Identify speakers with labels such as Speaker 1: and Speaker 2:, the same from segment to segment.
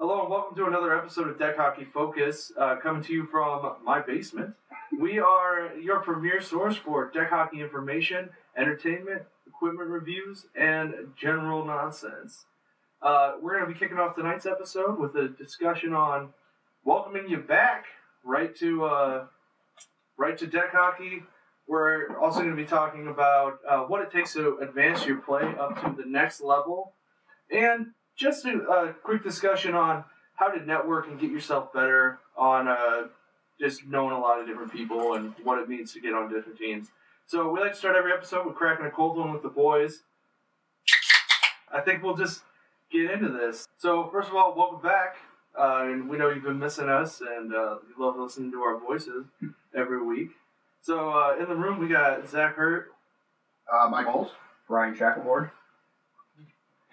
Speaker 1: to another episode of Deck Hockey Focus, uh, coming to you from my basement. We are your premier source for deck hockey information, entertainment, equipment reviews, and general nonsense. Uh, we're going to be kicking off tonight's episode with a discussion on welcoming you back right to uh, right to deck hockey. We're also going to be talking about uh, what it takes to advance your play up to the next level, and just a, a quick discussion on how to network and get yourself better on uh, just knowing a lot of different people and what it means to get on different teams. So we like to start every episode with cracking a cold one with the boys. I think we'll just get into this. So first of all, welcome back. Uh, and we know you've been missing us, and uh, you love listening to our voices every week. So uh, in the room, we got Zach Hurt.
Speaker 2: uh, Mike Holt, Ryan Shackelford,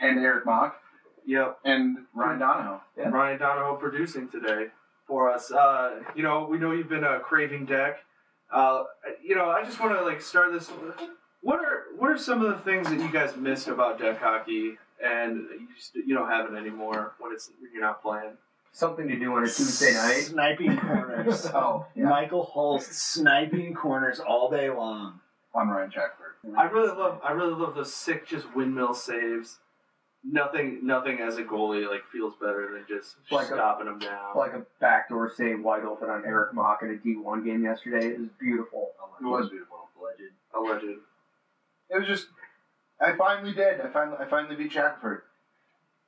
Speaker 2: and Eric Mock,
Speaker 1: Yep.
Speaker 2: and Ryan Donahoe. Yeah.
Speaker 1: Ryan Donahoe producing today for us. Uh, you know, we know you've been uh, craving deck. Uh, you know, I just want to like start this. What are what are some of the things that you guys missed about deck hockey, and you just you don't have it anymore when it's when you're not playing?
Speaker 2: Something to do on a Tuesday night.
Speaker 3: Sniping corners.
Speaker 2: Oh, yeah.
Speaker 3: Michael Holst sniping corners all day long.
Speaker 2: I'm Ryan Shackford.
Speaker 1: I really love I really love those sick just windmill saves. Nothing nothing as a goalie like feels better than just
Speaker 4: Like a-
Speaker 1: stopping them down.
Speaker 4: like a backdoor save wide open on Eric Mock in a D1 game yesterday. It was beautiful.
Speaker 2: It was beautiful. Legend.
Speaker 1: a legend.
Speaker 2: It was just, I finally did. I finally, I finally beat Shackford.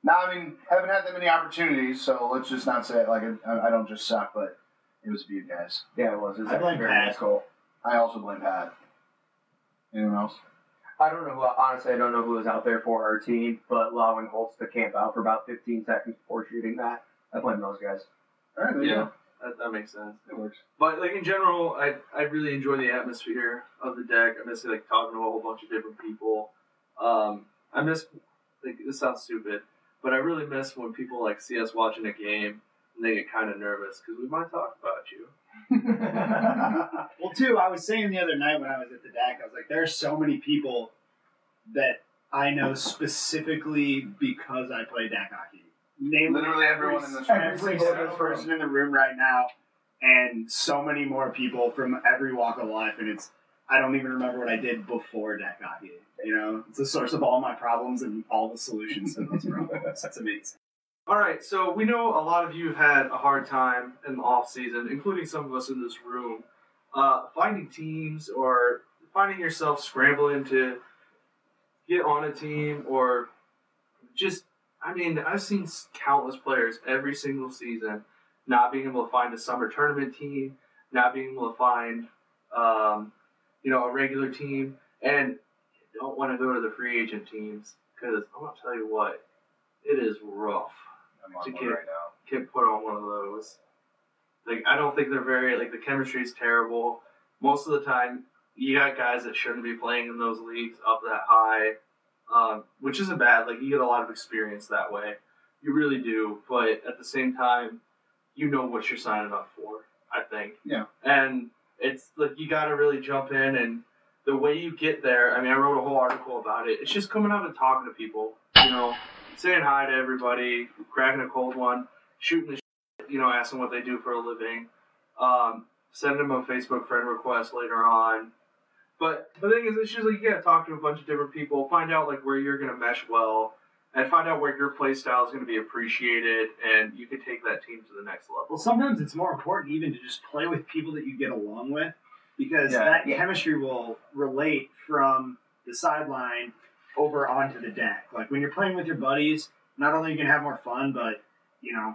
Speaker 2: Now, I mean, haven't had that many opportunities, so let's just not say it like I, I don't just suck, but it was a beaut, guys.
Speaker 4: Yeah, it was. It was
Speaker 3: I blame
Speaker 4: very
Speaker 3: Pat.
Speaker 4: nice goal.
Speaker 2: I also blame Pat. Anyone else?
Speaker 4: I don't know who, honestly, I don't know who was out there for our team, but allowing Holtz to camp out for about 15 seconds before shooting that, I blame those guys.
Speaker 2: All right, there you go.
Speaker 1: That, that makes sense.
Speaker 2: It works.
Speaker 1: But like in general, I I really enjoy the atmosphere of the deck. I miss like talking to a whole bunch of different people. Um, I miss like this sounds stupid, but I really miss when people like see us watching a game and they get kind of nervous because we might talk about you.
Speaker 3: Well, too, I was saying the other night when I was at the deck, I was like, there are so many people that I know specifically because I play deck hockey. Namely,
Speaker 2: Literally everyone in this room.
Speaker 3: Every
Speaker 4: Every single
Speaker 3: single
Speaker 4: person.
Speaker 3: person in the room right now, and so many more people from every walk of life, and it's. I don't even remember what I did before deck hockey. You know, it's the source of all my problems and all the solutions to those problems. That's amazing.
Speaker 1: All right, so we know a lot of you have had a hard time in the off season, including some of us in this room, uh, finding teams or finding yourself scrambling to get on a team or just. I mean, I've seen s- countless players every single season not being able to find a summer tournament team, not being able to find, um, you know, a regular team, and you don't want to go to the free agent teams because I'm gonna tell you what, it is rough
Speaker 2: I'm on
Speaker 1: To
Speaker 2: one
Speaker 1: keep-
Speaker 2: right now.
Speaker 1: can put on one of those. Like I don't think they're very like the chemistry is terrible. Most of the time, you got guys that shouldn't be playing in those leagues up that high, um, which isn't bad. Like you get a lot of experience that way, you really do. But at the same time, you know what you're signing up for. I think.
Speaker 2: Yeah.
Speaker 1: And it's like you got to really jump in and the way you get there. I mean, I wrote a whole article about it. It's just coming out and talking to people. You know, saying hi to everybody, cracking a cold one shooting the shit, you know, asking what they do for a living. Um, send them a Facebook friend request later on. But the thing is, it's just like you gotta talk to a bunch of different people, find out like where you're gonna mesh well, and find out where your play style is gonna be appreciated, and you can take that team to the next
Speaker 3: Well,
Speaker 1: level.
Speaker 3: sometimes it's more important even to just play with people that you get along with because
Speaker 2: Yeah.
Speaker 3: that chemistry will relate from the sideline over onto the deck. Like when you're playing with your buddies, not only you can have more fun, but you know,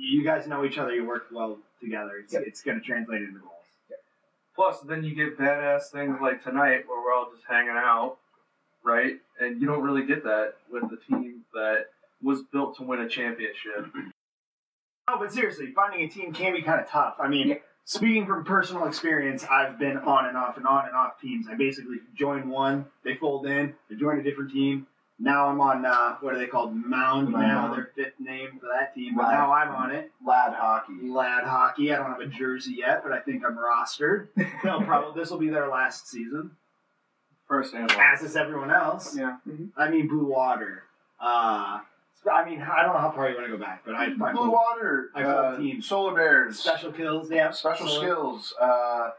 Speaker 3: you guys know each other, you work well together. It's,
Speaker 4: Yep.
Speaker 3: it's going to translate into goals.
Speaker 1: Plus, then you get badass things like tonight, where we're all just hanging out, right? And you don't really get that with the team that was built to win a championship.
Speaker 3: No, but seriously, finding a team can be kind of tough. I mean,
Speaker 4: Yeah.
Speaker 3: speaking from personal experience, I've been on and off and on and off teams. I basically join one, they fold in, they join a different team. Now I'm on uh, what are they called? Mound
Speaker 2: Mound.
Speaker 3: now, their fifth name for that team. But
Speaker 2: Lad.
Speaker 3: now I'm on it.
Speaker 2: Lad hockey.
Speaker 3: Lad hockey. I don't have a jersey yet, but I think I'm rostered. They'll probably this will be their last season,
Speaker 1: First and
Speaker 3: as is everyone else.
Speaker 2: Yeah.
Speaker 3: I mean, Blue Water. Uh, I mean, I don't know how far you want to go back, but I my
Speaker 2: Blue Water,
Speaker 3: I felt
Speaker 2: uh,
Speaker 3: team.
Speaker 2: Solar Bears,
Speaker 3: special kills. Yeah,
Speaker 2: Special
Speaker 3: so-
Speaker 2: Skills, uh,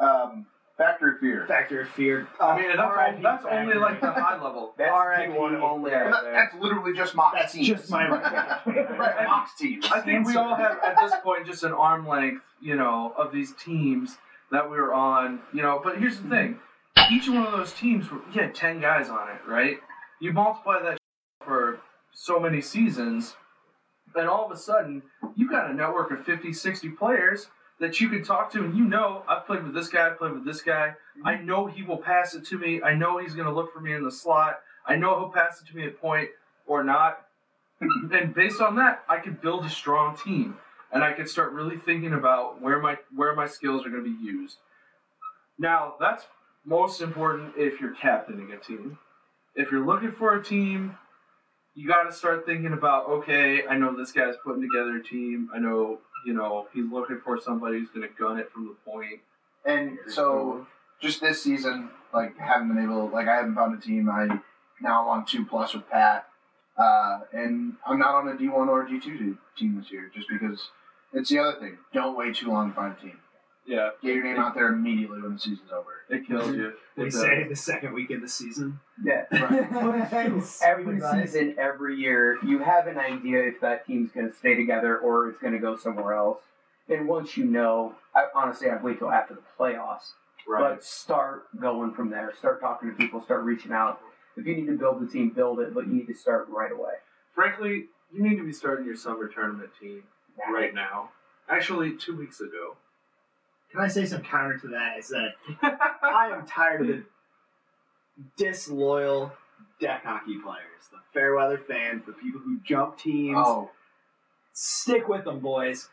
Speaker 2: um, Factory Fear.
Speaker 3: Factor of fear. Uh,
Speaker 1: I mean, and that's, all,
Speaker 3: RIP
Speaker 1: that's only
Speaker 3: Factor.
Speaker 1: like the high level.
Speaker 4: That's
Speaker 3: R.I.P.
Speaker 4: the one only
Speaker 2: Well,
Speaker 4: out
Speaker 2: that-
Speaker 4: there.
Speaker 2: that's literally just Mox
Speaker 3: That's
Speaker 2: teams.
Speaker 3: just my recommendation.
Speaker 2: right, Mox teams.
Speaker 1: I think we all have at this point just an arm length, you know, of these teams that we were on, you know. But here's the thing: each one of those teams, were, you had ten guys on it, right? You multiply that for so many seasons, and all of a sudden, you've got a network of 50, 60 players that you can talk to, and you know, I've played with this guy, I've played with this guy. I know he will pass it to me. I know he's going to look for me in the slot. I know he'll pass it to me at point or not and based on that, I could build a strong team, and I could start really thinking about where my where my skills are going to be used. Now, that's most important if you're captaining a team. If you're looking for a team, you got to start thinking about okay, I know this guy's putting together a team. I know you know he's looking for somebody who's going to gun it from the point.
Speaker 2: And so, just this season, like haven't been able, like I haven't found a team. I now I'm on two plus with Pat, uh, and I'm not on a D one or D two team this year, just because it's the other thing. Don't wait too long to find a team.
Speaker 1: Yeah,
Speaker 2: Get your name out there immediately when the season's over.
Speaker 1: it kills you.
Speaker 3: We
Speaker 1: It does.
Speaker 3: say the second week of the season.
Speaker 4: Yeah. every season, every year, you have an idea if that team's going to stay together or it's going to go somewhere else. And once you know, I, honestly, I'd wait till after the playoffs.
Speaker 1: right.
Speaker 4: But start going from there. Start talking to people. Start reaching out. If you need to build the team, build it, but you need to start right away.
Speaker 1: Frankly, you need to be starting your summer tournament team right now. Actually, two weeks ago.
Speaker 3: Can I say some counter to that? Is that I am tired of the disloyal deck hockey players, the fair weather fans, the people who jump teams.
Speaker 2: Oh,
Speaker 3: Stick with them, boys.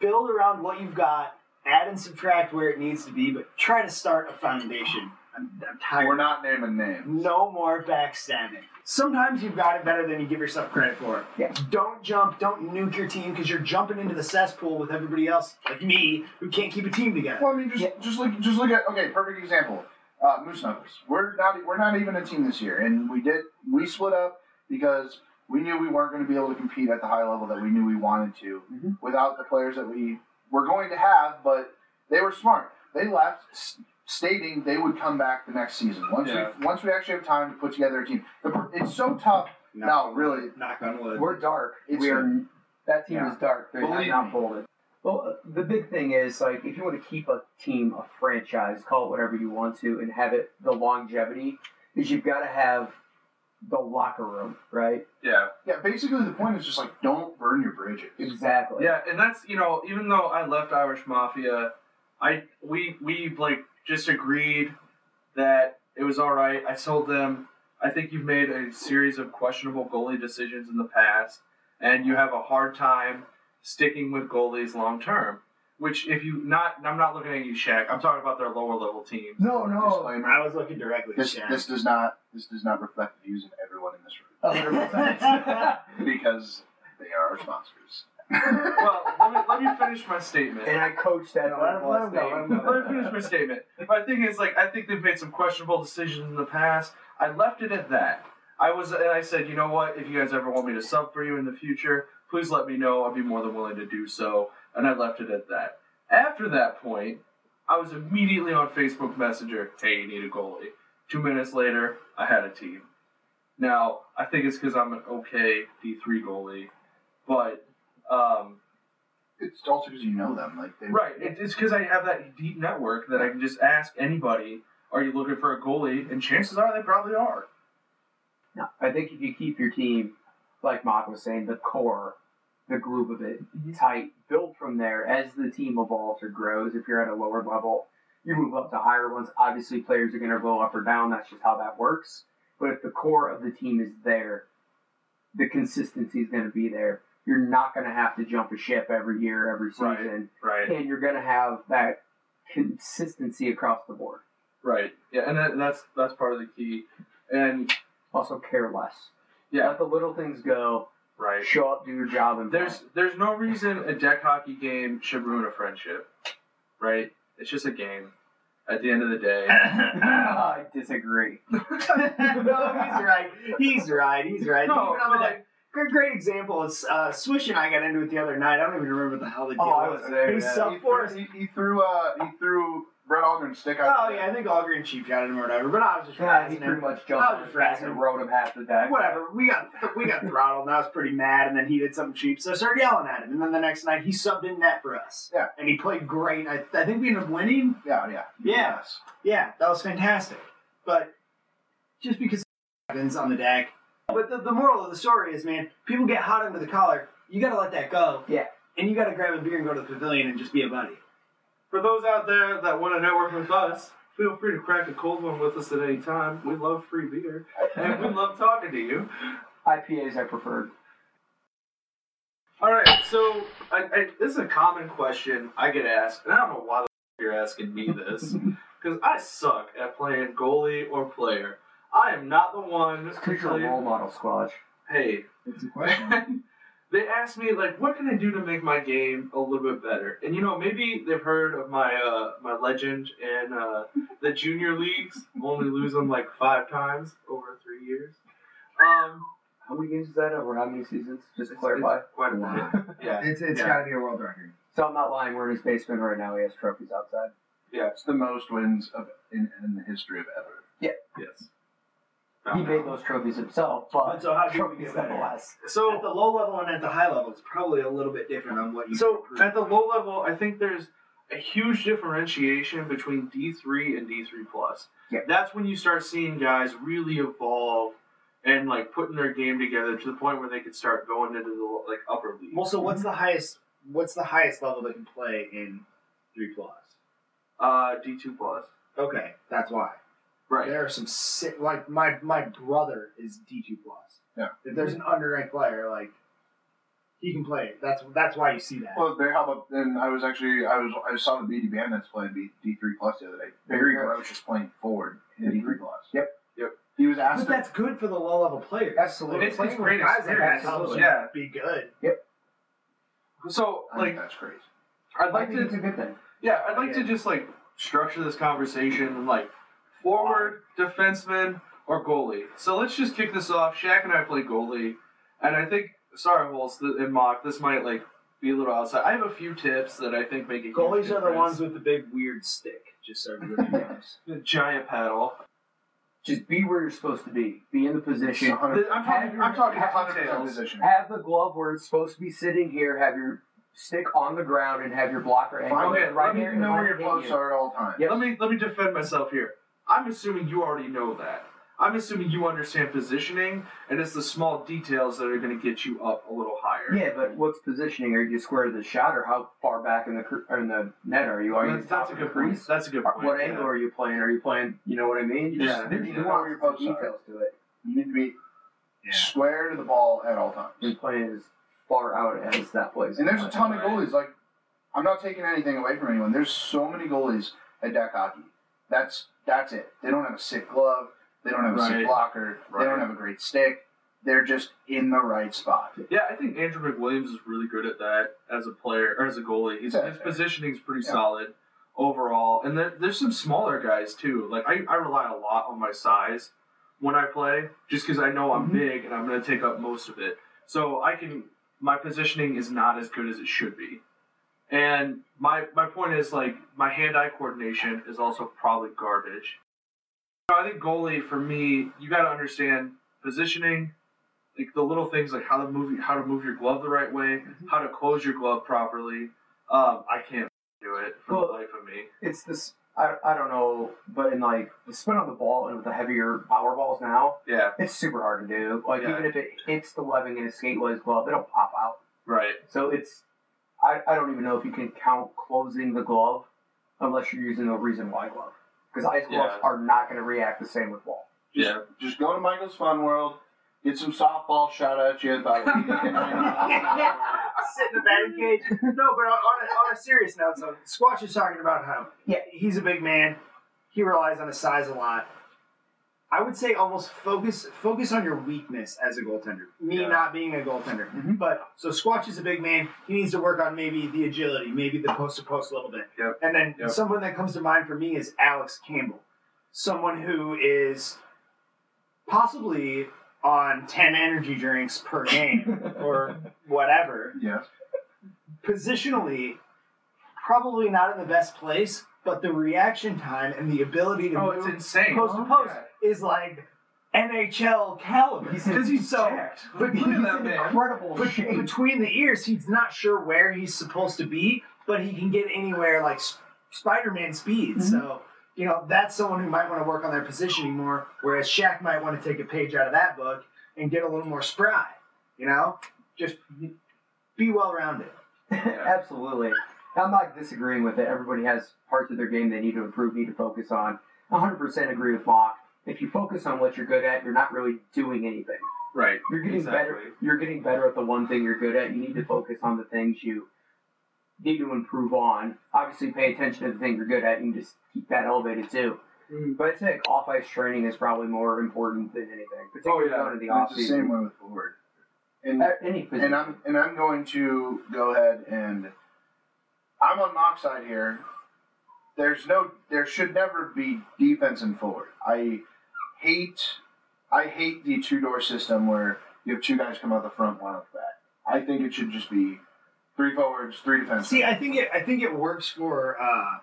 Speaker 3: Build around what you've got. Add and subtract where it needs to be, but try to start a foundation. I'm, I'm tired.
Speaker 2: we're not naming names.
Speaker 3: No more backstabbing. Sometimes you've got it better than you give yourself credit for.
Speaker 4: Yeah.
Speaker 3: Don't jump, don't nuke your team because you're jumping into the cesspool with everybody else, like me, who can't keep a team together.
Speaker 2: Well, I mean, just just look just look at okay, perfect example. Uh, Moose Knuckles. We're not we're not even a team this year, and we did we split up because we knew we weren't going to be able to compete at the high level that we knew we wanted to
Speaker 4: Mm-hmm.
Speaker 3: Mhm.
Speaker 2: without the players that we were going to have. But they were smart. They left. s- Stating they would come back the next season once
Speaker 1: Yeah.
Speaker 2: we once we actually have time to put together a team. The per- It's so tough. No, really.
Speaker 3: Knock on wood.
Speaker 4: We're dark.
Speaker 2: It's-
Speaker 4: we are. That team
Speaker 2: Yeah.
Speaker 4: is dark. They're
Speaker 2: Believe
Speaker 4: not
Speaker 2: me.
Speaker 4: folded. Well, uh, the big thing is like if you want to keep a team a franchise, call it whatever you want to, and have it the longevity is you've got to have the locker room, right?
Speaker 1: Yeah.
Speaker 2: Yeah, basically the point is just like don't burn your bridges.
Speaker 4: Exactly.
Speaker 1: Yeah, and that's you know, even though I left Irish Mafia, I we we like just agreed that it was all right. I told them I think you've made a series of questionable goalie decisions in the past, and you have a hard time sticking with goalies long term. Which if you not, I'm not looking at you, Shaq. I'm talking about their lower level teams.
Speaker 2: Oh,
Speaker 4: No,
Speaker 2: Disclaimer.
Speaker 3: I was looking directly
Speaker 2: This
Speaker 3: at
Speaker 2: this does not this does not reflect the views of everyone in this room
Speaker 3: Oh, Shaq.
Speaker 2: because they are our sponsors.
Speaker 1: Well, let me, let me finish my statement.
Speaker 4: And I coached that
Speaker 3: Let him-
Speaker 4: on
Speaker 3: let
Speaker 4: last
Speaker 3: him go, let him
Speaker 4: name.
Speaker 3: go.
Speaker 1: Let me finish my statement. My thing is, like, I think they've made some questionable decisions in the past. I left it at that. I was, and I said, you know what? If you guys ever want me to sub for you in the future, please let me know. I'll be more than willing to do so. And I left it at that. After that point, I was immediately on Facebook Messenger. Hey, you need a goalie. Two minutes later, I had a team. Now, I think it's because I'm an okay D3 goalie, but um,
Speaker 2: It's also because you know them, like they
Speaker 1: Right. It, it's because I have that deep network that I can just ask anybody, "Are you looking for a goalie?" And chances are they probably are.
Speaker 4: No, I think if you keep your team, like Mark was saying, the core, the glue of it
Speaker 1: Mm-hmm.
Speaker 4: tight, build from there as the team evolves or grows. If you're at a lower level, you move up to higher ones. Obviously, players are going to go up or down. That's just how that works. But if the core of the team is there, the consistency is going to be there. You're not going to have to jump a ship every year, every
Speaker 1: Right.
Speaker 4: season,
Speaker 1: Right.
Speaker 4: and you're going to have that consistency across the board.
Speaker 1: Right. Yeah. And that, that's that's part of the key. And
Speaker 4: Also, care less.
Speaker 1: yeah.
Speaker 4: Let the little things go.
Speaker 1: Right.
Speaker 4: Show up, do your job, and play.
Speaker 1: There's there's no reason a deck hockey game should ruin a friendship. Right. It's just a game. At the end of the day.
Speaker 4: I disagree.
Speaker 3: no, he's right. He's right. He's right.
Speaker 1: No,
Speaker 3: Even on the
Speaker 1: but
Speaker 3: deck-
Speaker 1: like,
Speaker 3: Great, great example is uh, Swish and I got into it the other night. I don't even remember the hell the deal
Speaker 4: Oh, I was there,
Speaker 3: He
Speaker 4: yeah.
Speaker 3: subbed
Speaker 2: uh, he,
Speaker 3: for us.
Speaker 2: threw, he, he threw uh he threw Brett Aldrin's stick out.
Speaker 3: Oh yeah, I think all green cheap shot him or whatever. But I was just
Speaker 4: Yeah, he
Speaker 3: razzing
Speaker 4: pretty
Speaker 3: him.
Speaker 4: much
Speaker 3: I was
Speaker 4: jumped on his
Speaker 3: just
Speaker 4: back
Speaker 3: razzing
Speaker 4: and
Speaker 3: him.
Speaker 4: rode him half the deck.
Speaker 3: Whatever. We got we got throttled, and I was pretty mad. And then he did something cheap, so I started yelling at him. And then the next night, he subbed in net for us.
Speaker 2: Yeah.
Speaker 3: And he played great. I, I think we ended up winning.
Speaker 2: Yeah, yeah.
Speaker 3: Yeah.
Speaker 2: Yes.
Speaker 3: Yeah, that was fantastic. But just because happens on the deck. But the, the moral of the story is, man, people get hot under the collar. You got to let that go.
Speaker 4: Yeah.
Speaker 3: And you got to grab a beer and go to the pavilion and just be a buddy.
Speaker 1: For those out there that want to network with us, feel free to crack a cold one with us at any time. We love free beer, and we love talking to you.
Speaker 4: IPAs I preferred.
Speaker 1: All right, so I, I, this is a common question I get asked, and I don't know why the f- you're asking me this, because I suck at playing goalie or player. I am not the one.
Speaker 4: It's
Speaker 1: to
Speaker 4: because you're
Speaker 1: tell
Speaker 4: a
Speaker 1: you-
Speaker 4: role model, Squatch.
Speaker 1: Hey,
Speaker 2: It's a question.
Speaker 1: they asked me like, what can I do to make my game a little bit better? And you know, maybe they've heard of my uh, my legend in uh, the junior leagues, only lose them like five times over three years. Um,
Speaker 4: How many games is that over? How many seasons? Just to
Speaker 1: it's-
Speaker 4: clarify.
Speaker 1: it's quite a lot. Yeah,
Speaker 2: It's it's
Speaker 1: Yeah.
Speaker 2: got to be a world record.
Speaker 4: So I'm not lying. We're in his basement right now. He has trophies outside.
Speaker 2: That's the most wins of in, in the history of ever.
Speaker 1: yes.
Speaker 4: He made those trophies himself, but
Speaker 3: so how do we
Speaker 4: trophies
Speaker 3: get better?
Speaker 4: nonetheless.
Speaker 1: So
Speaker 3: at the low level and at the high level, it's probably a little bit different on what you.
Speaker 1: So
Speaker 3: can prove.
Speaker 1: at the low level, I think there's a huge differentiation between D three and D three plus.
Speaker 4: Yeah.
Speaker 1: That's when you start seeing guys really evolve and like putting their game together to the point where they could start going into the like upper league.
Speaker 3: well, so what's the highest? What's the highest level they can play in three plus?
Speaker 1: Uh, D two plus.
Speaker 3: Okay, that's why.
Speaker 1: Right.
Speaker 3: There are some sick. Like my my brother is D two plus.
Speaker 2: Yeah.
Speaker 3: If there's an underranked player, like he can play it. That's that's why you see that.
Speaker 2: Well, Barry, how about then? I was actually I was I saw the BD Bandits play D three plus the other day. Barry
Speaker 4: Yeah.
Speaker 2: Gross was playing forward in D three plus.
Speaker 4: Yep.
Speaker 1: Yep.
Speaker 2: He was asked.
Speaker 3: but that's good for the low level player.
Speaker 2: Absolutely.
Speaker 1: It's-
Speaker 3: Playing
Speaker 1: it's
Speaker 3: with
Speaker 1: great
Speaker 3: guys like that
Speaker 1: experience.
Speaker 3: helps
Speaker 1: Yeah.
Speaker 3: you be good.
Speaker 1: So
Speaker 2: I think
Speaker 1: like,
Speaker 2: that's crazy.
Speaker 1: I'd
Speaker 4: I
Speaker 1: like
Speaker 4: think it's a
Speaker 1: to.
Speaker 4: good thing.
Speaker 1: Yeah, I'd like to just like structure this conversation like forward, defenseman, or goalie. So let's just kick this off. Shaq and I play goalie, and I think sorry, Wolves th- and Mock. This might like be a little outside. I have a few tips that I think make a huge
Speaker 3: Goalies are the
Speaker 1: difference.
Speaker 3: ones with the big weird stick. Just so everybody knows.
Speaker 1: The giant paddle.
Speaker 4: Just be where you're supposed to be. Be in the position.
Speaker 2: It's a hundred-
Speaker 1: I'm talking. I'm talking
Speaker 2: it's a hundred percent
Speaker 1: details.
Speaker 2: position.
Speaker 4: Have the glove where it's supposed to be sitting here. Have your stick on the ground and have your blocker angled
Speaker 2: Find
Speaker 1: Okay,
Speaker 2: it.
Speaker 4: right
Speaker 2: Let me
Speaker 4: here. and
Speaker 2: know
Speaker 4: let
Speaker 2: where your
Speaker 4: it hit
Speaker 2: posts
Speaker 4: you.
Speaker 2: are at all times.
Speaker 4: Yep.
Speaker 1: Let me let me defend myself here. I'm assuming you already know that. I'm assuming you understand positioning, and it's the small details that are going to get you up a little higher.
Speaker 4: Yeah, but what's positioning? Are you square to the shot, or how far back in the cr- or in the net are you? Are you
Speaker 1: that's, that's a
Speaker 4: top of
Speaker 1: good
Speaker 4: the
Speaker 1: point.
Speaker 4: crease?
Speaker 1: That's a good point.
Speaker 4: What
Speaker 1: yeah.
Speaker 4: angle are you playing? Are you playing? You know what I mean?
Speaker 1: Yeah.
Speaker 4: Just, there's
Speaker 2: Yeah.
Speaker 4: nuances and
Speaker 2: Yeah.
Speaker 4: details to it.
Speaker 2: You need to be
Speaker 3: Yeah.
Speaker 2: square to the ball at all times.
Speaker 4: And playing as far out as that plays.
Speaker 2: And there's a ton of goalies. Like, I'm not taking anything away from anyone. There's so many goalies at deck hockey. That's that's it. They don't have a sick glove. They don't have a
Speaker 1: Right.
Speaker 2: sick blocker. They
Speaker 1: Right.
Speaker 2: don't have a great stick. They're just in the right spot.
Speaker 1: Yeah, I think Andrew McWilliams is really good at that as a player or as a goalie. He's,
Speaker 2: Yeah.
Speaker 1: his positioning's pretty
Speaker 2: Yeah.
Speaker 1: solid overall. And then there's some smaller guys too. Like I, I rely a lot on my size when I play, just because I know I'm big and I'm going to take up most of it. So I can my positioning is not as good as it should be. And my my point is like my hand eye coordination is also probably garbage. You know, I think goalie for me, you got to understand positioning, like the little things like how to move how to move your glove the right way, how to close your glove properly. Um, I can't do it for
Speaker 4: Well-
Speaker 1: the life of me.
Speaker 4: it's this. I, I don't know, but in like the spin on the ball and with the heavier power balls now,
Speaker 1: Yeah,
Speaker 4: it's super hard to do. Like
Speaker 1: Yeah.
Speaker 4: even if it hits the webbing in a skateways glove, it'll pop out.
Speaker 1: right.
Speaker 4: So it's I, I don't even know if you can count closing the glove unless you're using a reason why glove. Because ice gloves
Speaker 1: Yeah.
Speaker 4: are not going to react the same with wall.
Speaker 2: Just,
Speaker 1: Yeah.
Speaker 2: just go to Michael's Fun World. Get some softball shot at you about 80 to 90 miles an hour.
Speaker 3: Sit in the batting cage. No, but on, on, a, on a serious note, so Squatch is talking about how
Speaker 4: Yeah.
Speaker 3: he's a big man. He relies on his size a lot. I would say almost focus focus on your weakness as a goaltender. Me
Speaker 1: Yeah. Mm-hmm.
Speaker 3: not being a goaltender,
Speaker 4: Mhm.
Speaker 3: but so Squatch is a big man. He needs to work on maybe the agility, maybe the post to post a little bit.
Speaker 1: Yep.
Speaker 3: And then
Speaker 1: Yep.
Speaker 3: someone that comes to mind for me is Alex Campbell, someone who is possibly on 10 energy drinks per game or whatever.
Speaker 2: Yes.
Speaker 3: Positionally, probably not in the best place, but the reaction time and the ability to
Speaker 1: Oh,
Speaker 3: move
Speaker 1: it's insane.
Speaker 3: post to post is like NHL caliber.
Speaker 4: He's
Speaker 1: Because he's
Speaker 3: so.
Speaker 1: jacked.
Speaker 3: but
Speaker 1: Look at
Speaker 3: he's
Speaker 1: that man.
Speaker 4: Incredible
Speaker 3: But
Speaker 4: shape.
Speaker 3: between the ears, he's not sure where he's supposed to be, but he can get anywhere like S- Spider-Man
Speaker 1: Mm-hmm.
Speaker 3: speed. So you know that's someone who might want to work on their positioning more. Whereas Shaq might want to take a page out of that book and get a little more spry. You know, just be well-rounded.
Speaker 4: Absolutely. I'm not disagreeing with it. Everybody has parts of their game they need to improve, need to focus on. 100% agree with Mock. If you focus on what you're good at, you're not really doing anything.
Speaker 1: Right.
Speaker 4: You're getting better. You're getting better at the one thing you're good at. You need to focus on the things you need to improve on. Obviously, pay attention to the thing you're good at and just keep that elevated too.
Speaker 2: Mm.
Speaker 1: Mhm.
Speaker 4: But I think off ice training is probably more important than anything, particularly
Speaker 1: yeah.
Speaker 4: going into the
Speaker 2: And
Speaker 4: off
Speaker 2: Oh, it's the same
Speaker 4: season.
Speaker 2: way with Ford. And
Speaker 4: At Any position.
Speaker 2: and I'm and I'm going to go ahead and I'm on Mock's side here. There's no there should never be defense and forward. I hate I hate the two door system where you have two guys come out the front, one out the back. I think it should just be three forwards, three defense.
Speaker 3: See, I think it. I think it works for uh,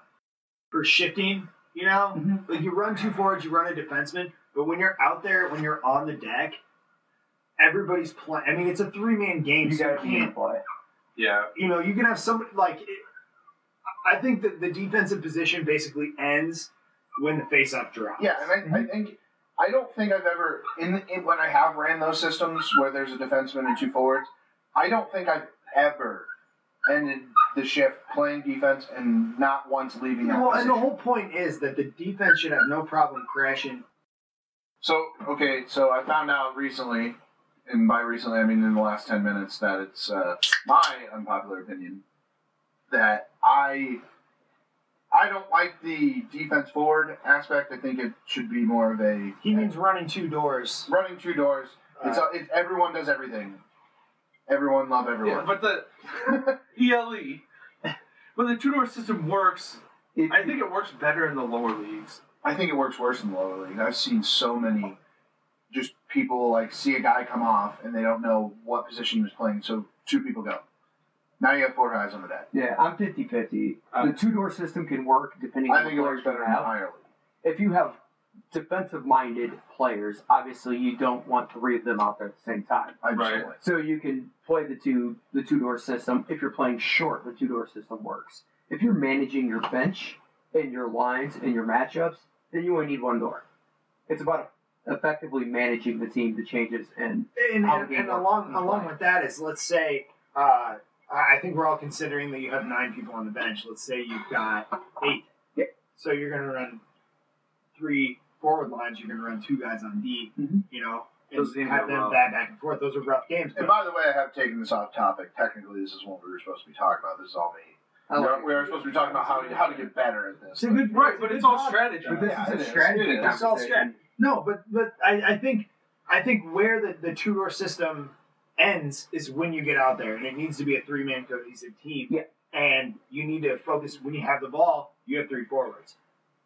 Speaker 3: for shifting. You know,
Speaker 4: Mhm.
Speaker 2: Mm-hmm.
Speaker 3: like you run two forwards, you run a defenseman. But when you're out there, when you're on the deck, everybody's playing. I mean, it's a three man game.
Speaker 4: you
Speaker 3: so
Speaker 4: got to be
Speaker 3: can't-
Speaker 4: in play.
Speaker 1: Yeah.
Speaker 3: you know, you can have somebody like. It, I think that the defensive position basically ends when the face up drops.
Speaker 2: Yeah, and I,
Speaker 3: Mm-hmm.
Speaker 2: I think I don't think I've ever in, in when I have ran those systems where there's a defenseman and two forwards. I don't think I've ever ended the shift playing defense and not once leaving that
Speaker 3: well, and the
Speaker 2: position.
Speaker 3: whole point is that the defense should have no problem crashing.
Speaker 2: So okay, so I found out recently, and by recently I mean in the last ten minutes, that it's uh, my unpopular opinion that I I don't like the defense forward aspect. I think it should be more of a
Speaker 3: He means running two doors.
Speaker 2: running two doors. It's, uh, it's everyone does everything. Everyone love
Speaker 1: yeah.
Speaker 2: everyone.
Speaker 1: But the ELE, but the two door system works.
Speaker 4: It-
Speaker 1: I think it works better in the lower leagues.
Speaker 2: I think it works worse in the lower league. I've seen so many just people like see a guy come off and they don't know what position he was playing, so two people go. Now you have four guys on the deck.
Speaker 4: Yeah, I'm 50 50. The
Speaker 1: Um,
Speaker 4: two door system can work depending
Speaker 2: I
Speaker 4: on
Speaker 2: think it
Speaker 4: the
Speaker 2: works
Speaker 4: players
Speaker 2: better
Speaker 4: you
Speaker 2: in the
Speaker 4: have.
Speaker 2: higher league.
Speaker 4: If you have defensive minded players, obviously you don't want three of them out there at the same time.
Speaker 2: I just
Speaker 1: Right.
Speaker 2: don't like.
Speaker 4: So you can play the two the two door system. If you're playing short, the two door system works. If you're managing your bench and your lines and your matchups, then you only need one door. It's about effectively managing the team, the changes, and
Speaker 3: And,
Speaker 4: How the
Speaker 3: and,
Speaker 4: game
Speaker 3: and
Speaker 4: works.
Speaker 3: along along with that is let's say uh, I I think we're all considering that you have nine people on the bench. Let's say you've got eight.
Speaker 4: Yeah.
Speaker 3: So you're going to run three forward lines. You're going to run two guys on D.
Speaker 4: Mhm.
Speaker 3: You know,
Speaker 1: Mm-hmm. Those
Speaker 3: and
Speaker 1: games
Speaker 3: have
Speaker 1: are
Speaker 3: them
Speaker 1: rough.
Speaker 3: bat back and forth. Those are rough games.
Speaker 2: And
Speaker 3: but-
Speaker 2: by the way, I have taken this off topic. Technically, this is what we were supposed to be talking about. This is all me.
Speaker 4: I like
Speaker 2: we were supposed to be talking about how, how to get better at this.
Speaker 3: It's a good-
Speaker 1: right, but it's all strategy.
Speaker 4: it. But this
Speaker 2: Yeah, it
Speaker 4: is
Speaker 2: is.
Speaker 4: a strategy.
Speaker 1: It is.
Speaker 3: It's all
Speaker 4: conversation.
Speaker 3: strat- No, but but I, I think I think where the, the two door system ends is when you get out there, and it needs to be a three man cohesive team.
Speaker 4: Yeah.
Speaker 3: And you need to focus when you have the ball, you have three forwards.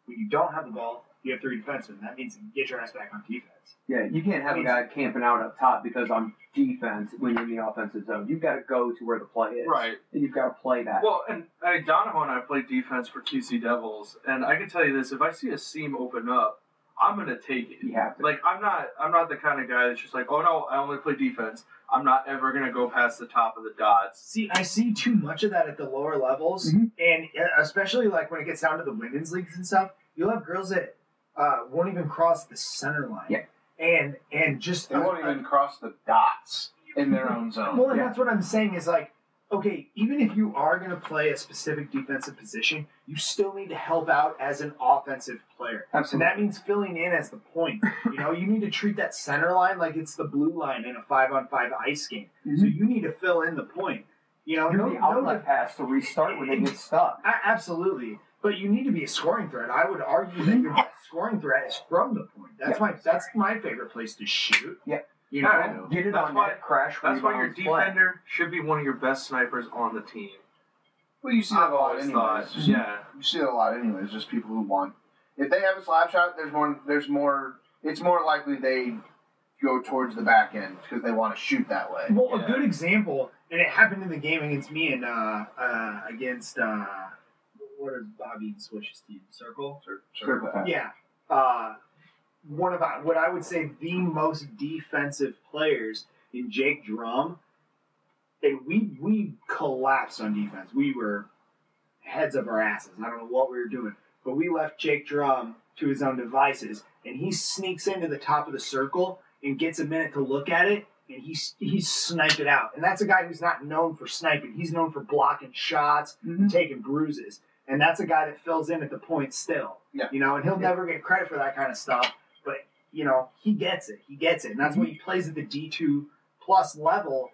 Speaker 3: When you don't have the ball, you have three defensemen. That means get your ass back on defense.
Speaker 4: Yeah, you can't have a guy camping out up top because I'm defense when you're in the offensive zone. You've got to go to where the play is.
Speaker 1: Right.
Speaker 4: And you've got to play that.
Speaker 1: Well, and I, Donovan and I played defense for QC Devils, and I can tell you this: if I see a seam open up, I'm gonna take it.
Speaker 4: you have to.
Speaker 1: Like I'm not, I'm not the kind of guy that's just like, oh no, I only play defense. I'm not ever gonna go past the top of the dots.
Speaker 3: See, I see too much of that at the lower levels,
Speaker 4: Mhm.
Speaker 3: and especially like when it gets down to the women's leagues and stuff. You'll have girls that uh, won't even cross the center line.
Speaker 4: Yeah.
Speaker 3: And and just
Speaker 2: They won't even cross the dots in their own zone.
Speaker 3: Well, and
Speaker 4: Yeah.
Speaker 3: that's what I'm saying is like, okay, even if you are going to play a specific defensive position, you still need to help out as an offensive player. And
Speaker 4: Absolutely.
Speaker 3: that means filling in as the point. You know, you need to treat that center line like it's the blue line in a five on five ice game. So
Speaker 4: Mhm.
Speaker 3: you need to fill in the point. You know,
Speaker 4: You're
Speaker 3: no,
Speaker 4: the
Speaker 3: no
Speaker 4: outlet pass to restart when they get stuck.
Speaker 3: a- absolutely. But you need to be a scoring threat. I would argue
Speaker 4: Mhm.
Speaker 3: that your best scoring threat is from the point. That's my that's my favorite place to shoot.
Speaker 4: Yeah.
Speaker 1: Yeah,
Speaker 3: You know,
Speaker 1: I
Speaker 4: Get it
Speaker 1: That's
Speaker 4: on
Speaker 1: why-
Speaker 4: that crash
Speaker 1: That's why your
Speaker 4: rebounds play.
Speaker 1: defender should be one of your best snipers on the team.
Speaker 2: Well, you see that
Speaker 1: I've
Speaker 2: a lot
Speaker 1: always
Speaker 2: anyways.
Speaker 1: thought,
Speaker 2: Just-
Speaker 1: yeah.
Speaker 2: You see that a lot anyways. Just people who want. If they have a slap shot, there's more. There's more. It's more likely they go towards the back end because they want to shoot that way.
Speaker 3: Well,
Speaker 1: Yeah.
Speaker 3: a good example, and it happened in the game against me and uh, uh, against uh, what is Bobby Swish's team? Circle.
Speaker 2: Circle pass.
Speaker 3: Yeah. Uh, one of our- what I would say the most defensive players in Jake Drum, and we we collapsed on defense. We were heads of our asses. I don't know what we were doing, but we left Jake Drum to his own devices, and he sneaks into the top of the circle and gets a minute to look at it. And he s- he sniped it out, and that's a guy who's not known for sniping. He's known for blocking shots,
Speaker 2: Mm-hmm.
Speaker 4: Mhm.
Speaker 3: taking bruises. And that's a guy that fills in at the point still.
Speaker 2: Yeah.
Speaker 3: You know, and he'll never get credit for that kind of stuff. But, you know, he gets it. He gets it. And that's
Speaker 2: Mm-hmm.
Speaker 3: when he plays at the D2 plus level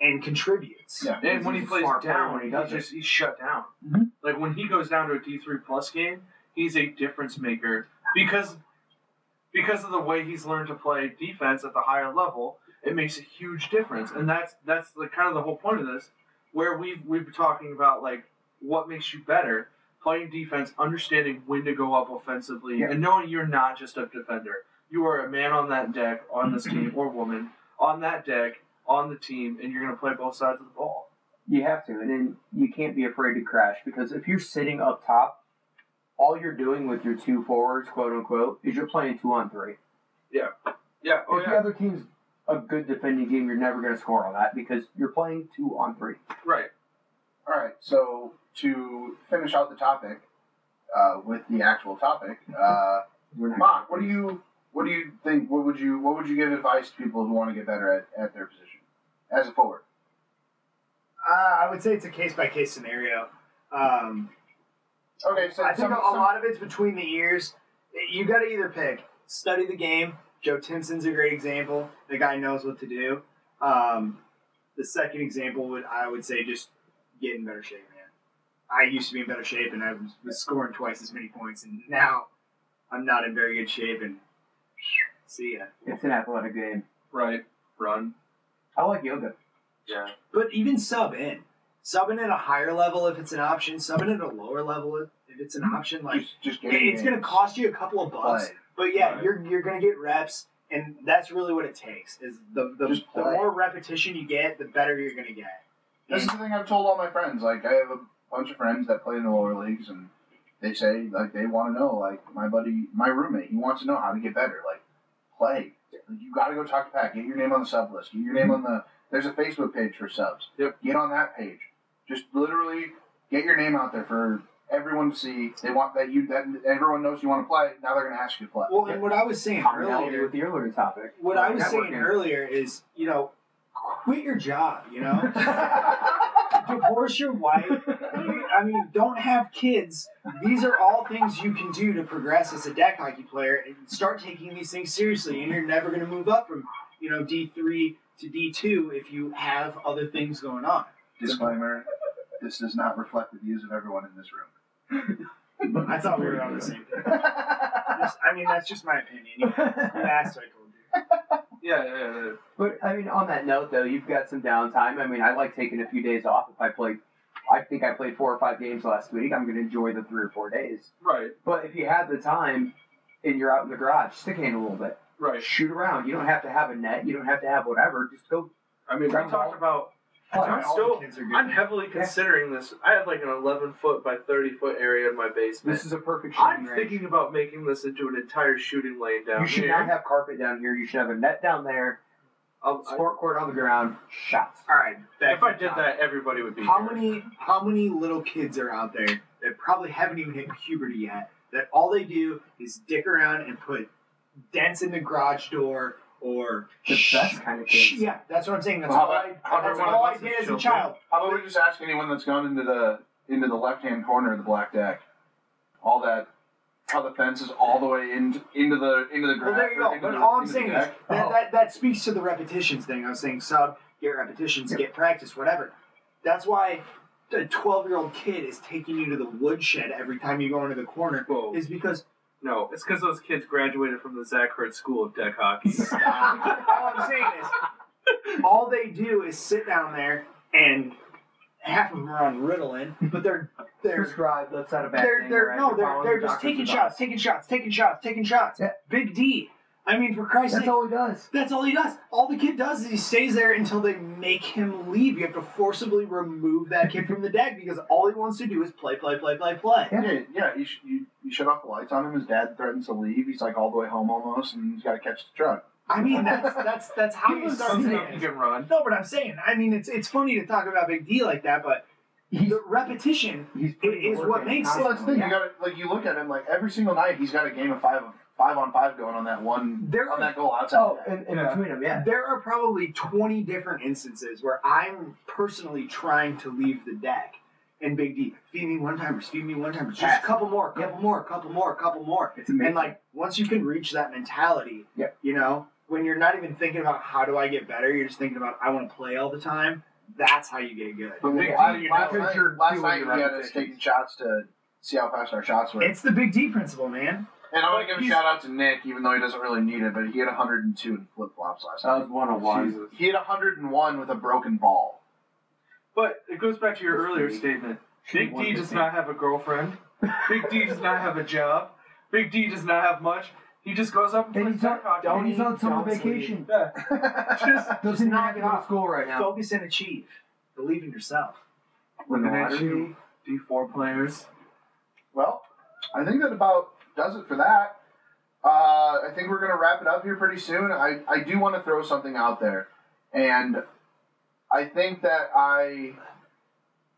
Speaker 3: and contributes.
Speaker 2: Yeah. Mm-hmm.
Speaker 1: And when he
Speaker 4: He's a
Speaker 1: plays
Speaker 4: smart player
Speaker 1: down,
Speaker 4: when he
Speaker 1: he
Speaker 4: does it.
Speaker 1: just he's shut down.
Speaker 4: Mhm.
Speaker 1: Like when he goes down to a D three plus game, he's a difference maker because because of the way he's learned to play defense at the higher level. It makes a huge difference, and that's that's the kind of the whole point of this. Where we we've been talking about like what makes you better playing defense, understanding when to go up offensively,
Speaker 2: Yeah.
Speaker 1: and knowing you're not just a defender. You are a man on that deck, on this team, or woman on that deck, on the team, and you're going to play both sides of the ball.
Speaker 4: You have to, and then you can't be afraid to crash because if you're sitting up top, all you're doing with your two forwards, quote unquote, is you're playing two on three.
Speaker 1: Yeah. Oh
Speaker 4: if the
Speaker 1: yeah.
Speaker 4: other team's a good defending team, you're never going to score on that because you're playing two on three.
Speaker 1: Right.
Speaker 2: All right. So to finish out the topic uh, with the actual topic, uh,
Speaker 4: We're not-
Speaker 2: Mark, what do you what do you think? What would you what would you give advice to people who want to get better at, at their position as a forward?
Speaker 3: Uh, I would say it's a case by case scenario. Um,
Speaker 2: Okay. So
Speaker 3: I think
Speaker 2: some-
Speaker 3: a, a
Speaker 2: some-
Speaker 3: lot of it's between the ears. You got to either pick study the game. Joe Timson's a great example. The guy knows what to do. Um, the second example would I would say just get in better shape, man. I used to be in better shape, and I was, was scoring twice as many points, and now I'm not in very good shape. And see ya.
Speaker 4: It's an athletic game.
Speaker 1: Right. Run.
Speaker 4: I like yoga.
Speaker 1: Yeah.
Speaker 3: But even sub in, subbing at a higher level if it's an option, subbing at a lower level if, if it's an option, like.
Speaker 2: just just
Speaker 3: It-
Speaker 2: get in
Speaker 3: it's
Speaker 2: games.
Speaker 3: going to cost you a couple of bucks,
Speaker 2: Play.
Speaker 3: but yeah,
Speaker 1: Right.
Speaker 3: you're you're going to get reps, and that's really what it takes. Is the the,
Speaker 2: Just
Speaker 3: the
Speaker 2: play.
Speaker 3: more repetition you get, the better you're going to get.
Speaker 2: This is the thing I've told all my friends. Like, I have a bunch of friends that play in the lower leagues, and they say like they want to know. Like my buddy, my roommate, he wants to know how to get better. Like, play. Like, you got to go talk to Pat. Get your name on the sub list. Get your name on the. There's a Facebook page for subs.
Speaker 1: Yep.
Speaker 2: Get on that page. Just literally get your name out there for everyone to see. They want that you that everyone knows you want to play. Now they're going to ask you to play.
Speaker 3: Well, and what I was saying
Speaker 4: Commonality
Speaker 3: earlier,
Speaker 4: with the earlier topic.
Speaker 3: what I was
Speaker 4: Networking.
Speaker 3: saying earlier is, you know, quit your job. You know, divorce your wife. I mean, don't have kids. These are all things you can do to progress as a deck hockey player and start taking these things seriously. And you're never going to move up from, you know, D3 to D2 if you have other things going on.
Speaker 2: Disclaimer: This does not reflect the views of everyone in this room.
Speaker 3: I thought we were on the same page. Just- I mean, that's just my opinion. You asked, I told you.
Speaker 1: Yeah. Yeah. yeah.
Speaker 4: But I mean, on that note, though, you've got some downtime. I mean, I like taking a few days off. If I played, I think I played four or five games last week. I'm going to enjoy the three or four days.
Speaker 1: Right.
Speaker 4: But if you have the time and you're out in the garage, stick hand a little bit,
Speaker 1: Right.
Speaker 4: shoot around. You don't have to have a net. You don't have to have whatever. Just go.
Speaker 1: I mean, we
Speaker 4: Ground ball.
Speaker 1: talked about.
Speaker 4: play.
Speaker 1: I'm
Speaker 3: All the
Speaker 1: still-
Speaker 3: kids are good.
Speaker 1: I'm heavily considering this. I have like an 11 foot by 30 foot area in my basement.
Speaker 4: This is a perfect shooting
Speaker 1: I'm
Speaker 4: range.
Speaker 1: thinking about making this into an entire shooting lane down
Speaker 4: you should
Speaker 1: here.
Speaker 4: not have carpet down here. You should have a net down there,
Speaker 1: I'll- I-
Speaker 4: sport court on the ground, shots.
Speaker 3: All right. Back
Speaker 1: if I
Speaker 3: to
Speaker 1: did
Speaker 3: the
Speaker 1: that, everybody would be.
Speaker 3: How
Speaker 1: here.
Speaker 3: many how many little kids are out there that probably haven't even hit puberty yet that all they do is dick around and put dents in the garage door or
Speaker 4: The
Speaker 3: sh-
Speaker 4: best kind of
Speaker 3: sh-
Speaker 4: kids.
Speaker 3: yeah, that's what I'm saying. That's
Speaker 2: Well,
Speaker 3: all
Speaker 2: how
Speaker 3: I
Speaker 2: about- how about
Speaker 3: that's
Speaker 2: one of
Speaker 3: all I
Speaker 1: us
Speaker 3: did
Speaker 1: as
Speaker 3: as a
Speaker 1: children?
Speaker 3: child.
Speaker 2: How about we just ask anyone that's gone into the into the left hand corner of the black deck? All that how the fence is all the way into into the into the
Speaker 3: Well,
Speaker 2: ground.
Speaker 3: there you go.
Speaker 2: into
Speaker 3: But
Speaker 2: the-
Speaker 3: all I'm
Speaker 2: into the
Speaker 3: saying is
Speaker 2: deck.
Speaker 3: that,
Speaker 4: Oh.
Speaker 3: that that speaks to the repetitions thing. I was saying sub, get repetitions, get practice, whatever. That's why a 12 year old kid is taking you to the woodshed every time you go into the corner
Speaker 1: Whoa.
Speaker 3: is because
Speaker 1: No, it's because those kids graduated from the Zach Hurt School of Deck Hockey.
Speaker 3: all I'm saying is, all they do is sit down there, and half of them are on Ritalin, but they're they're
Speaker 4: Prescribed, let's have a bad
Speaker 3: they're
Speaker 4: thing,
Speaker 3: they're
Speaker 4: right?
Speaker 3: no, they're
Speaker 4: following
Speaker 3: they're
Speaker 4: the
Speaker 3: just
Speaker 4: doctor's
Speaker 3: taking
Speaker 4: advice.
Speaker 3: shots, taking shots, taking shots, taking shots.
Speaker 4: Yeah.
Speaker 3: Big D. I mean, for Christ's
Speaker 4: That's
Speaker 3: sake,
Speaker 4: all he does.
Speaker 3: that's all he does. All the kid does is he stays there until they make him leave. You have to forcibly remove that kid from the deck because all he wants to do is play, play, play, play, play.
Speaker 2: Yeah, yeah. You, sh- you, you shut off the lights on him. His dad threatens to leave. He's like all the way home almost, and he's got to catch the truck.
Speaker 3: I mean, that's that's that's how
Speaker 1: Give
Speaker 3: you
Speaker 1: us
Speaker 3: start.
Speaker 1: something
Speaker 3: it.
Speaker 1: you can run.
Speaker 3: No, but I'm saying, I mean, it's it's funny to talk about Big D like that, but
Speaker 4: He's,
Speaker 3: the repetition.
Speaker 4: he's
Speaker 3: It is what makes
Speaker 2: So that's the thing. You got to like you look at him like every single night. He's got a game of five five on five going on that one
Speaker 3: There
Speaker 2: on
Speaker 3: are
Speaker 2: that goal outside.
Speaker 4: Oh,
Speaker 2: the net.
Speaker 4: in, in
Speaker 1: Yeah.
Speaker 4: between them, yeah.
Speaker 3: there are probably 20 different instances where I'm personally trying to leave the deck. And Big D, feed me one timers, feed me one timers, just
Speaker 4: Pass.
Speaker 3: a couple more, couple more, couple more, couple more.
Speaker 4: It's amazing.
Speaker 3: And like once you can reach that mentality,
Speaker 4: Yep.
Speaker 3: you know, when you're not even thinking about how do I get better, you're just thinking about I want to play all the time. That's how you get good.
Speaker 2: But
Speaker 1: Big
Speaker 2: last,
Speaker 1: D, you
Speaker 2: last
Speaker 1: know,
Speaker 2: night,
Speaker 1: you're
Speaker 2: last
Speaker 1: doing
Speaker 2: night
Speaker 1: your
Speaker 2: we had us
Speaker 1: repetitions.
Speaker 2: taking shots to see how fast our shots were.
Speaker 3: It's the Big D principle, man.
Speaker 2: and I want
Speaker 1: but
Speaker 2: to give a
Speaker 1: he's-
Speaker 2: shout out to Nick, even though he doesn't really need it, but he had 102 in flip flops last
Speaker 4: That
Speaker 2: night.
Speaker 4: was one on one.
Speaker 1: Jesus.
Speaker 2: He had 101 with a broken ball.
Speaker 1: But it goes back to your earlier statement. Big D does not have a girlfriend. Big D does not have a job. Big D does not have much. He just goes up and
Speaker 4: And
Speaker 1: plays
Speaker 4: he's on,
Speaker 1: tech hockey.
Speaker 4: and he's on summer
Speaker 3: Don't sleep.
Speaker 4: vacation.
Speaker 1: Yeah.
Speaker 2: Just
Speaker 4: Doesn't
Speaker 3: knock
Speaker 4: have
Speaker 3: it
Speaker 4: to go to
Speaker 3: off.
Speaker 4: school right now.
Speaker 3: Focus and achieve. Believe in yourself.
Speaker 4: Win the
Speaker 1: Looking at
Speaker 4: lottery.
Speaker 1: you, D4 players.
Speaker 2: Well, I think that about does it for that. Uh, I think we're going to wrap it up here pretty soon. I, I do want to throw something out there. And I think that I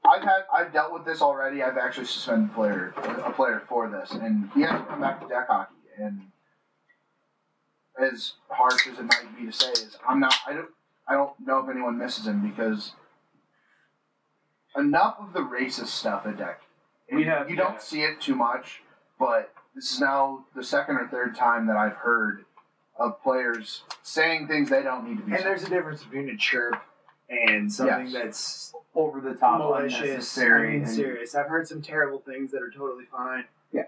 Speaker 2: I've had I've dealt with this already. I've actually suspended a player a player for this and he has to come back to deck hockey and as harsh as it might be to say is I'm not I don't I don't know if anyone misses him because enough of the racist stuff at deck.
Speaker 1: We have-
Speaker 2: you
Speaker 1: yeah.
Speaker 2: don't see it too much, but this is now the second or third time that I've heard of players saying things they don't need to be
Speaker 3: And
Speaker 2: saying.
Speaker 3: there's a difference between a chirp and something
Speaker 2: Yes.
Speaker 3: that's
Speaker 4: Over the top,
Speaker 3: malicious. I
Speaker 4: unnecessary.
Speaker 3: mean,
Speaker 4: and-
Speaker 3: serious. I've heard some terrible things that are totally fine.
Speaker 4: Yeah.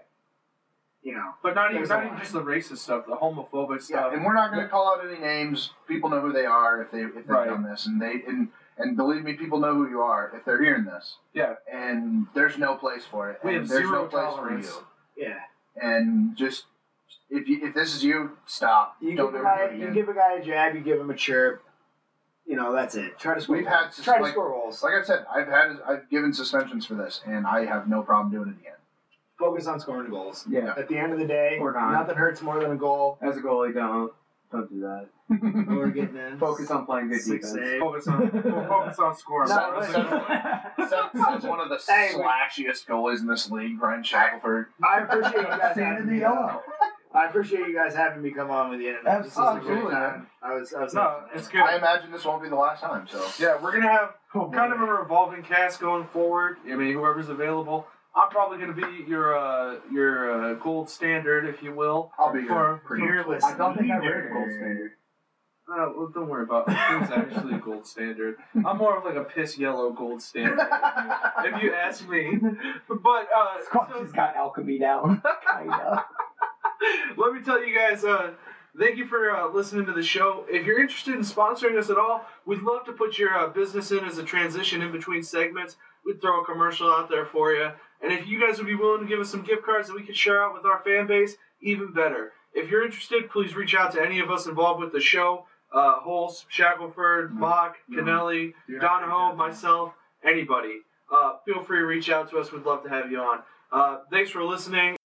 Speaker 3: You know,
Speaker 1: But not even
Speaker 3: There's
Speaker 1: not
Speaker 3: a
Speaker 1: even
Speaker 3: lot.
Speaker 1: just the racist stuff, the homophobic
Speaker 2: Yeah,
Speaker 1: stuff.
Speaker 2: and we're not going to call out any names. People know who they are if they if they've
Speaker 1: Right.
Speaker 2: done this, and they and and believe me, people know who you are if they're hearing this.
Speaker 1: Yeah.
Speaker 2: And there's no place for it.
Speaker 1: We
Speaker 2: and
Speaker 1: have
Speaker 2: there's
Speaker 1: zero
Speaker 2: no place
Speaker 1: tolerance.
Speaker 2: for you.
Speaker 3: yeah.
Speaker 2: And just if you, if this is you, stop.
Speaker 3: You
Speaker 2: Don't
Speaker 3: give a
Speaker 2: ever
Speaker 3: guy,
Speaker 2: do it
Speaker 3: you
Speaker 2: again.
Speaker 3: give a guy a jab, you give him a chirp. You know, that's it. Try to score.
Speaker 2: We've
Speaker 3: goals.
Speaker 2: had
Speaker 3: try to
Speaker 2: like-
Speaker 3: score goals.
Speaker 2: like I said, I've had I've given suspensions for this, and I have no problem doing it again.
Speaker 3: Focus on scoring goals.
Speaker 4: Yeah.
Speaker 3: At the end of the day,
Speaker 4: Or not.
Speaker 3: nothing hurts more than a goal.
Speaker 4: As a goalie, don't don't do that.
Speaker 3: We're getting in.
Speaker 4: Focus on playing good
Speaker 3: Six,
Speaker 4: defense.
Speaker 3: eight.
Speaker 1: Focus on focus on scoring.
Speaker 3: No,
Speaker 1: Focus
Speaker 3: wait.
Speaker 1: on-
Speaker 2: Seth- Seth's one of the
Speaker 3: Hey.
Speaker 2: slashiest goalies in this league, Brian Shackelford.
Speaker 3: I appreciate you guys
Speaker 4: Sand
Speaker 3: having
Speaker 4: in
Speaker 3: me.
Speaker 4: the yellow.
Speaker 3: I appreciate you guys having me come on with the internet. This is a great
Speaker 2: Absolutely,
Speaker 3: time.
Speaker 2: man.
Speaker 3: I was, I was.
Speaker 1: No, it's good.
Speaker 2: I Oh, imagine this won't be the last time. So
Speaker 1: Yeah, we're gonna have kind of a revolving cast going forward. I mean, whoever's available. I'm probably gonna be your uh, your uh, gold standard, if you will.
Speaker 2: I'll be
Speaker 1: For-
Speaker 2: here. Pretty much.
Speaker 3: fearless.
Speaker 4: I don't think I
Speaker 3: leader.
Speaker 4: read a gold standard.
Speaker 1: Uh, well, don't worry about it. It's actually a gold standard. I'm more of like a piss yellow gold standard. if you ask me. But uh,
Speaker 4: Scotch
Speaker 1: so-
Speaker 4: has got alchemy down. Kinda.
Speaker 1: let me tell you guys uh, thank you for uh, listening to the show if you're interested in sponsoring us at all we'd love to put your uh, business in as a transition in between segments we'd throw a commercial out there for you and if you guys would be willing to give us some gift cards that we could share out with our fan base even better if you're interested please reach out to any of us involved with the show uh, Holst, Shackelford, Mock, Canelli, Donahoe, myself, anybody. Uh, feel free to reach out to us. We'd love to have you on. Uh, thanks for listening.